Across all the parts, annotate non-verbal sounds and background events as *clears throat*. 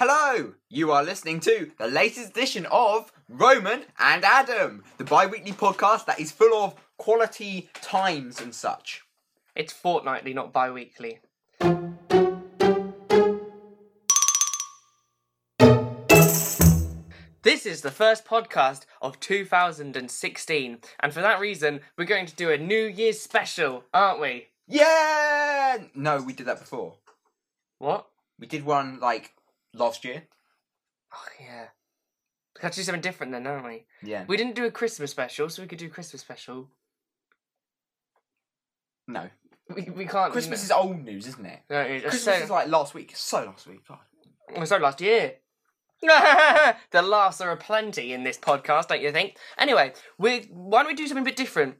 Hello! You are listening to the latest edition of Roman and Adam, the bi weekly podcast that is full of quality times and such. It's fortnightly, not bi weekly. This is the first podcast of 2016, and for that reason, we're going to do a New Year's special, aren't we? Yeah! No, we did that before. What? We did one like last year. Oh, yeah. We got to do something different then, haven't we? Yeah. We didn't do a Christmas special, so we could do Christmas special. No. We, we can't. Christmas is old news, isn't it? No, it's Christmas so- is like last week. So last week. God. Well, so Oh, last year. *laughs* the laughs are aplenty in this podcast, don't you think? Anyway, we why don't we do something a bit different?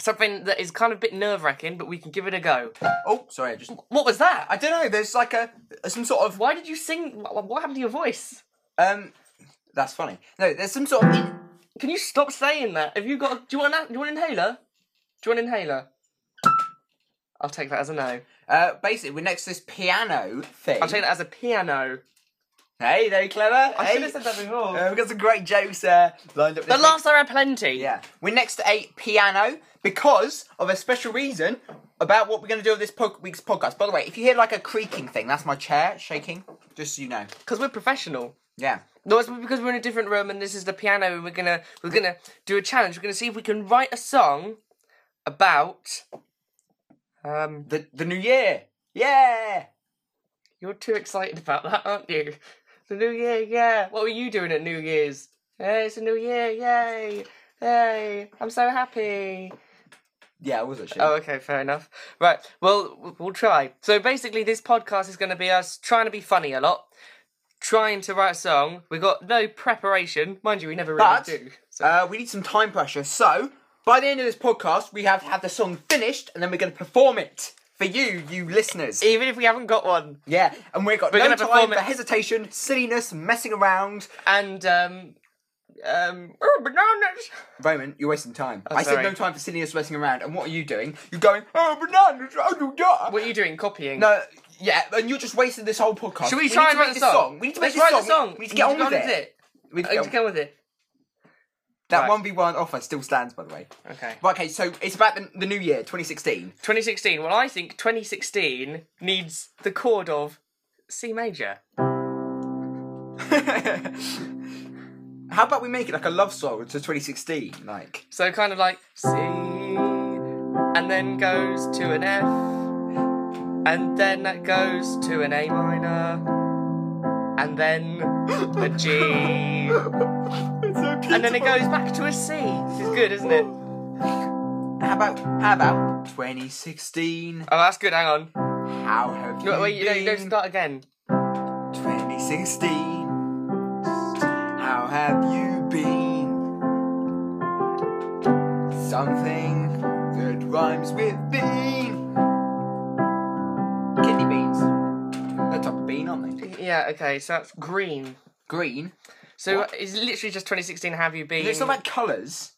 Something that is kind of a bit nerve wracking, but we can give it a go. Oh, sorry, I just. What was that? I don't know, there's like a. some sort of. why did you sing? What, what happened to your voice? Um. That's funny. No, there's some sort of. In- Can you stop saying that? Have you got? A, do you want? An, do you want an inhaler? Do you want an inhaler? I'll take that as a no. uh, basically, we're next to this piano thing. I'll take that as a piano. Hey, very clever. I hey. should have said that before. Uh, we've got some great jokes uh, lined up. the this laughs are aplenty. week. Yeah. We're next to a piano because of a special reason about what we're going to do with this po- week's podcast. By the way, if you hear like a creaking thing, that's my chair shaking, just so you know. Because we're professional. Yeah. No, it's because we're in a different room and this is the piano and we're gonna we're gonna do a challenge. We're gonna see if we can write a song about um The, the new year. Yeah. you're too excited about that, aren't you? The new year, yeah. What were you doing at New Year's? Hey, it's a new year, yay! Hey, I'm so happy. Yeah, I was actually. Oh, okay, fair enough. Right, well, w- we'll try. So basically, this podcast is going to be us trying to be funny a lot, trying to write a song. We got no preparation, mind you. We never really But do. So. uh, we need some time pressure. So by the end of this podcast, we have to have the song finished and then we're going to perform it for you, you listeners. even if we haven't got one. yeah, and we've got We're no gonna time perform for it- hesitation, silliness, messing around. And um, um, oh, bananas. Roman, you're wasting time. I said Oh, sorry. no time for silliness messing around, and what are you doing? You're going, oh, bananas, oh, no, no. What are you doing? Copying? No, yeah, and you're just wasting this whole podcast. Should we, need try to and make write the this song? We need to Let's make this write song. the song. We need to get on with it. We need We need to get on with it. That Right. 1v1 offer still stands, by the way. Okay. Right, okay, so it's about the, the new year, 2016. *laughs* 2016. Well, I think 2016 needs the chord of C major. How about we make it like a love song to 2016? Like, So kind of like C, and then goes to an F, and then that goes to an A minor, and then *gasps* a *laughs* G, and then it goes back to a C. This is good, isn't it? Oh, how about, how about 2016? that's good. Hang on. How have you No, wait, you, no, you been? don't start again. 2016. How have you been? Something that rhymes with bean. Kidney beans. They're top of bean, aren't they? Yeah. Okay. So that's green. Green. So it's literally just 2016. Have you been? It's all about colours.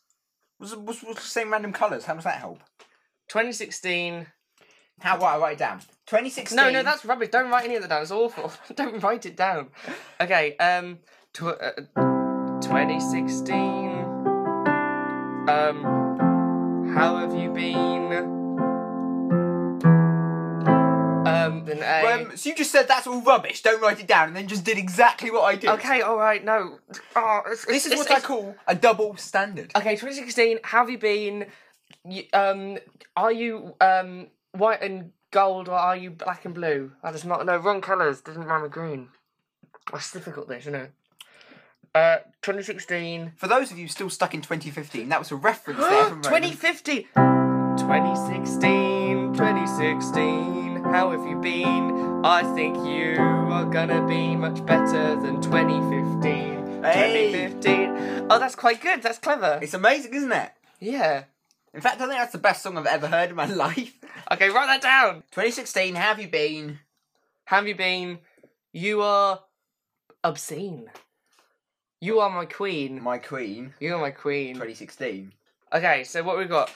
What's, what's, what's the same random colours? How does that help? 2016. How? Why? Write it down. 2016. No, no, that's rubbish. Don't write any of that down. It's awful. *laughs* Don't write it down. Okay, um, tw- uh, 2016. Um, how have you been? um, an A. Um, so you just said that's all rubbish. Don't write it down, and then just did exactly what I did. okay, all right, no. Oh, it's, This is it's- what I it's- call a double standard. Okay, 2016. Have you been? You, um, are you um white and gold or are you black and blue? I just not no wrong colours. Doesn't rhyme with green. That's difficult. This, isn't it? Uh, *gasps* 2016. For those of you still stuck in 2015, that was a reference there *gasps* from Roman. 2015. 2016. 2016. How have you been? I think you are gonna be much better than 2015. Hey. 2015. Oh, that's quite good. That's clever. It's amazing, isn't it? Yeah. In fact, I think that's the best song I've ever heard in my *laughs* life. Okay, write that down. 2016, have you been? Have you been? You are obscene. You are my queen. My Queen, You are my queen. 2016. Okay, so what we got?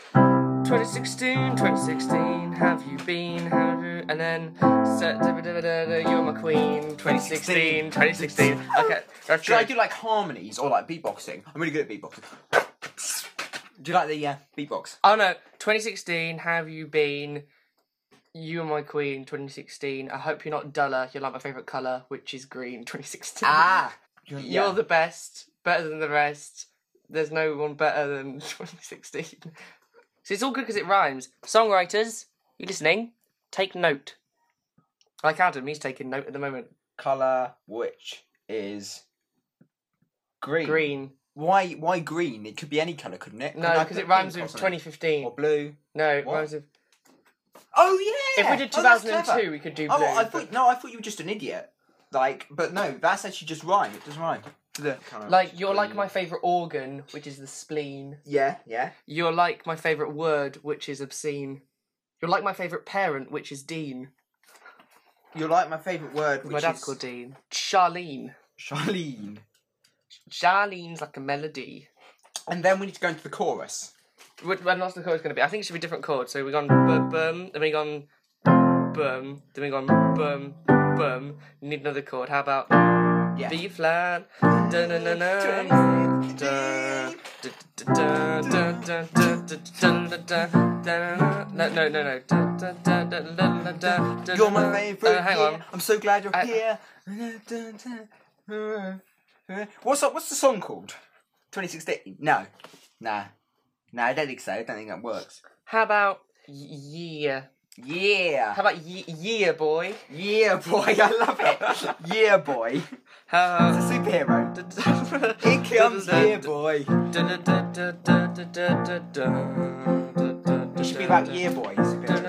2016, 2016, have you been? Have you? And then, so, da, da, da, da, da, you're my queen. 2016, 2016. Okay, that's Should I right. do like harmonies or like beatboxing? I'm really good at beatboxing. Do you like the uh, beatbox? Oh no, 2016, have you been? You are my queen. 2016. I hope you're not duller. You're like my favorite color, which is green. 2016. Ah, you're, You're the best, better than the rest. There's no one better than *laughs* 2016. so it's all good because it rhymes. Songwriters, you listening? Take note. Like Adam, he's taking note at the moment. color which is green. Green. Why? Why green? It could be any color, couldn't it? Couldn't No, I because put it rhymes pink or with something? 2015. or blue. No, it What? rhymes with. Oh yeah. If we did Oh, that's clever. 2002, we could do blue. Oh, I but- thought no, I thought you were just an idiot. Like, but no, that's actually just rhyme. It does rhyme. The colour Like, which you're is like green. my favourite organ, which is the spleen. Yeah, yeah. You're like my favourite word, which is obscene. You're like my favourite parent, which is Dean. You're like my favourite word, which my dad's is called Dean. Charlene. Charlene. Charlene's like a melody. And then we need to go into the chorus. Which when last the chord is going to be? I think it should be different chords. So we've gone bum bum, then we've gone bum, then we've gone bum bum. Need another chord. How about Yeah. B flat? Dun dun dun dun. Dun, dun, dun, dun, dun, dun, dun, dun, dun, dun, dun. No, no, no, no. Dun, dun, dun, dun, dun, dun, dun, dun, You're my dun. favourite. Uh, Hang yeah. on. I'm so glad you're I- here. What's up? What's the song called? 2016. No, nah, nah. I don't think so. I don't think that works. How about yeah? How Yeah, about ye- yeah, boy? yeah, boy. *laughs* I love it. yeah, boy. How? Superhero. Here *laughs* It comes yeah, boy. It Should be about yeah, boy. superhero.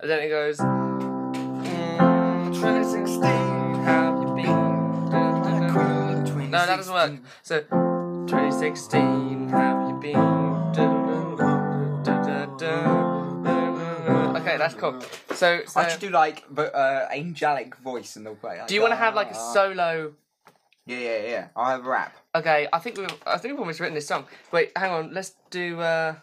And then it goes. mm, 2016, have you been? No, that doesn't work. So, 2016, have you been? Okay, that's cool. So, so I should do like but uh, angelic voice in the way. Like, do you want to have like a ah. solo Yeah, yeah, yeah. I'll have a rap. Okay, I think we've I think we've almost written this song. Wait, hang on, let's do uh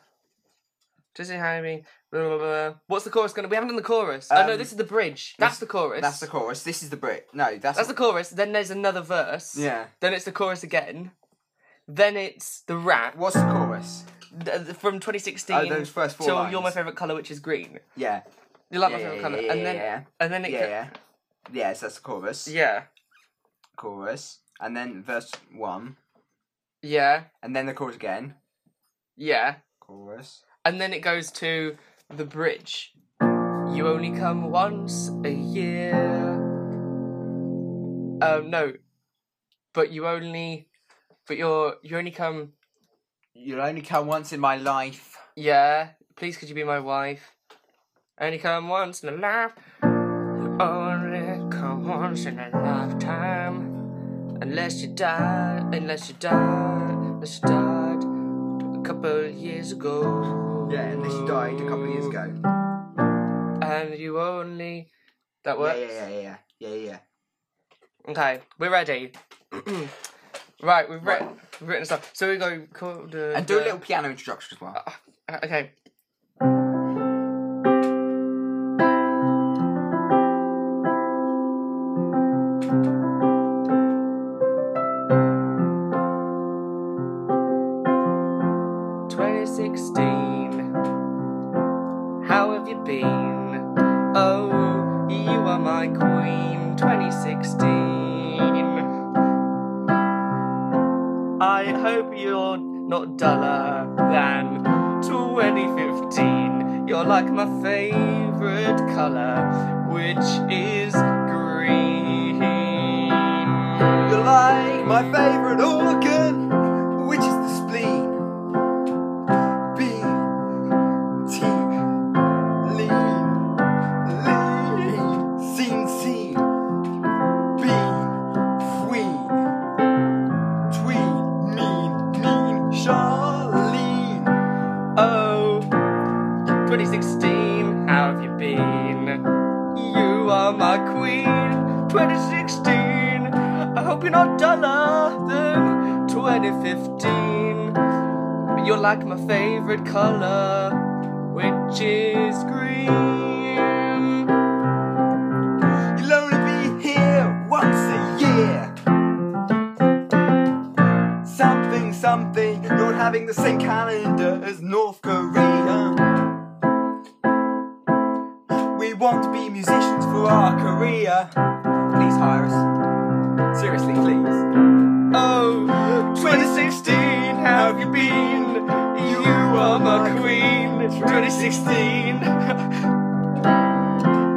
just see how I mean blah, blah, blah. What's the chorus gonna be? We haven't done the chorus. oh no, Um, this is the bridge. That's the chorus. That's the chorus. This is the Brit. No, that's, That's the chorus, then there's another verse. Yeah. Then it's the chorus again. Then it's the rap What's the chorus? th- th- from 2016 Oh, those first four till lines. you're my favorite color, which is green. Yeah. You like my Yeah, favorite yeah, color, yeah, and then yeah. and then it Yeah, go- yeah. Yes, that's the chorus. yeah Chorus. And then verse one. yeah And then the chorus again. yeah Chorus. and then it goes to the bridge. You only come once a year. Um, no, but you only, but you're you only come. You'll only come once in my life. Yeah, please could you be my wife? Only come once in a life. Only come once in a lifetime. Unless you die, unless you die, unless you died a couple of years ago. Yeah, unless you died a couple of years ago. And you only. That Yeah, works? yeah, yeah, yeah, yeah, yeah, yeah. Okay, we're ready. *clears throat* right, we've Right. written, we've written stuff. So we go. Call, the And do a little piano introduction as well. Okay. Twenty sixteen. Oh, you are my queen, 2016. I hope you're not duller than 2015. You're like my favorite color, which is green. You're like my favourite organ, which is the spleen. B T lean lean seen seen B tween tween mean mean Charlene. Oh, 2016, how have you been? You are my queen, 2016. I hope you're not duller than 2015. You're like my favorite color, which is green. You'll only be here once a year. Something, something, not having the same calendar as North Korea. We want to be musicians for our career. Please hire us. Seriously, please. Oh, 2016, how have you been? You are my queen, 2016. I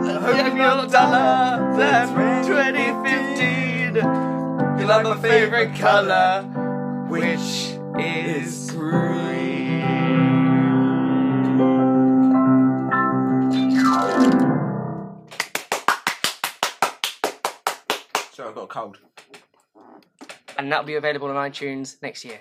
hope Hope you're you'll not dollar duller than than 2015. You like my favorite color, which is green. Sorry, I got a cold. And that'll be available on iTunes next year.